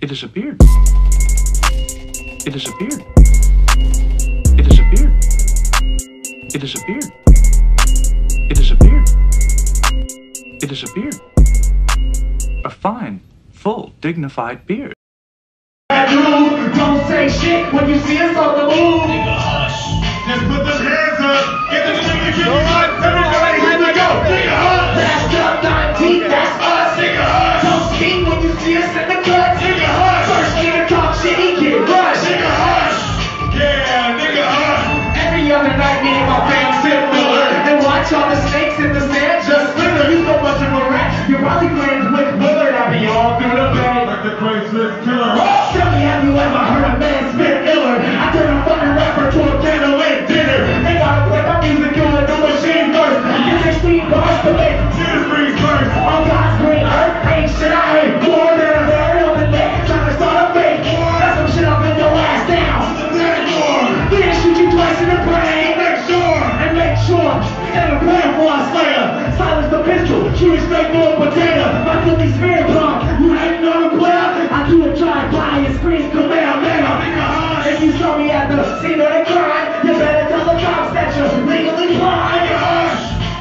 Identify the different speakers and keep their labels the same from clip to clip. Speaker 1: It disappeared. It disappeared. It disappeared. It disappeared. It disappeared. It disappeared. A fine, full, dignified beard.
Speaker 2: Dude, don't say shit when you see us on the move.
Speaker 3: Just put them hands up. Get the nigga, get the hot. Everybody, here we go. Nigga hot.
Speaker 2: That's up 19, that's us.
Speaker 3: Nigga hot.
Speaker 2: Toast king when you see us in the guts.
Speaker 3: Nigga hot.
Speaker 2: First nigga talk shit, he get rushed.
Speaker 3: Nigga hot. Yeah, nigga hot.
Speaker 2: Every other night, me and my fam sit Miller and watch all the snakes in the sand just slither. You so much of a rat, you're probably friends with Willard. I be all through the bag.
Speaker 3: Like the Craigslist killer.
Speaker 2: Tell me, have you ever heard a man spit iller? I turn a fucking rapper to a candlelit dinner. They gotta play my music on the machine first. Get 16 bars to make
Speaker 3: Cheers, green first.
Speaker 2: on God's green earth. Ain't shit I hate more than a bird on the neck trying to start a fake. That's some shit I'll bend your ass down.
Speaker 3: Next
Speaker 2: Then shoot you twice in the brain
Speaker 3: door.
Speaker 2: and make sure that a plan for us later. Silence the pistol, shoot it straight through a potato. My Philly spirit block, you hating on a player? I do a drive by and scream Kamehameha. If you saw me at the scene of the crime, you better tell the cops that you're legally blind.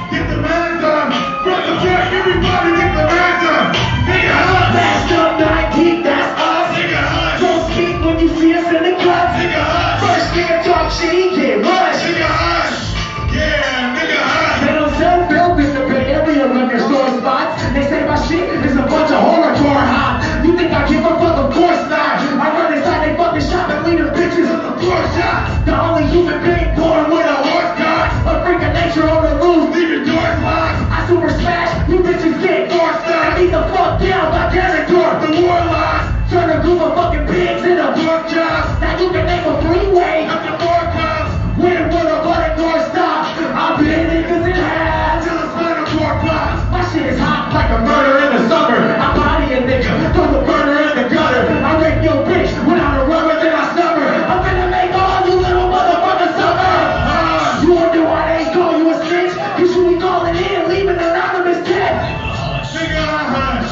Speaker 3: Get the hands up. Front the back, everybody get the hands up. Nigga hot.
Speaker 2: Fast up 19, that's us.
Speaker 3: Nigga hot.
Speaker 2: Don't speak when you see us in the club.
Speaker 3: Nigga hot.
Speaker 2: First man talk shit, he get rushed.
Speaker 3: Nigga hot. Yeah, nigga hot.
Speaker 2: They don't sell buildings to pay every liquor store spots. They say my shit is a bunch of horror tour hot. You think I give a fuck? Of course not. I run inside they fucking shop and leave the bitches on the floor shot. The only human being born with a horse god. A freak of nature on the loose. Leave your doors locked. I super smash. You bitches get forced I Beat the fuck down by Ganondorf, the warlock. Turn a group of fucking pigs into pork chops. Now you can name a freeway. I'm the pork chops. Where will the butter door stop? I'll be in niggas in half till it's murder pork chops. My shit is hot like a murder in the summer. I body a nigga, throw the burner in the gutter. I rape your bitch without a rubber, then I snubber. I'm gonna make all you little motherfuckers suffer. Uh, You wonder why they call you a snitch? Cause you be calling in, leaving anonymous text.
Speaker 3: Nigga hot.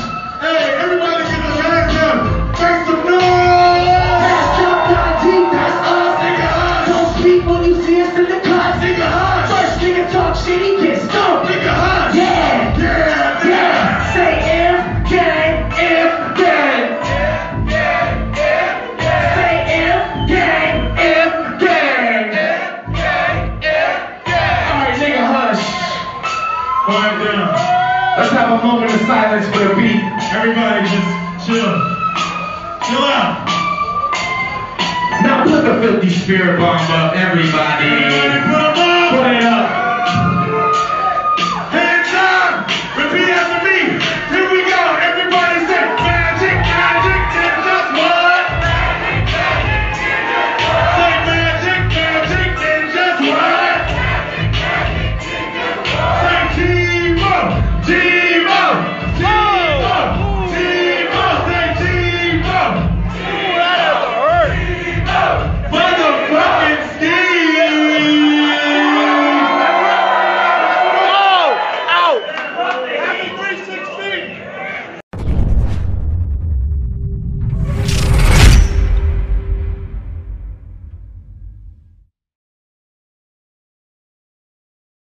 Speaker 3: Hey, everybody get the hands up. Make some noise.
Speaker 2: That's up 19, that's us.
Speaker 3: Nigga hot.
Speaker 2: Don't speak when you see us in the cut.
Speaker 3: Nigga hot.
Speaker 2: First nigga talk shit, he gets stumped.
Speaker 3: Nigga hot.
Speaker 2: Yeah,
Speaker 3: Yeah, nigga.
Speaker 2: yeah. Say F, K, F, gang. Say F, gang, F, gang. Alright, nigga, hush.
Speaker 3: Quiet down.
Speaker 2: Let's have a moment of silence for the beat.
Speaker 3: Everybody just chill. Chill out.
Speaker 2: Now put the filthy spirit bomb up, everybody.
Speaker 3: Put 'em up.
Speaker 2: Put it up.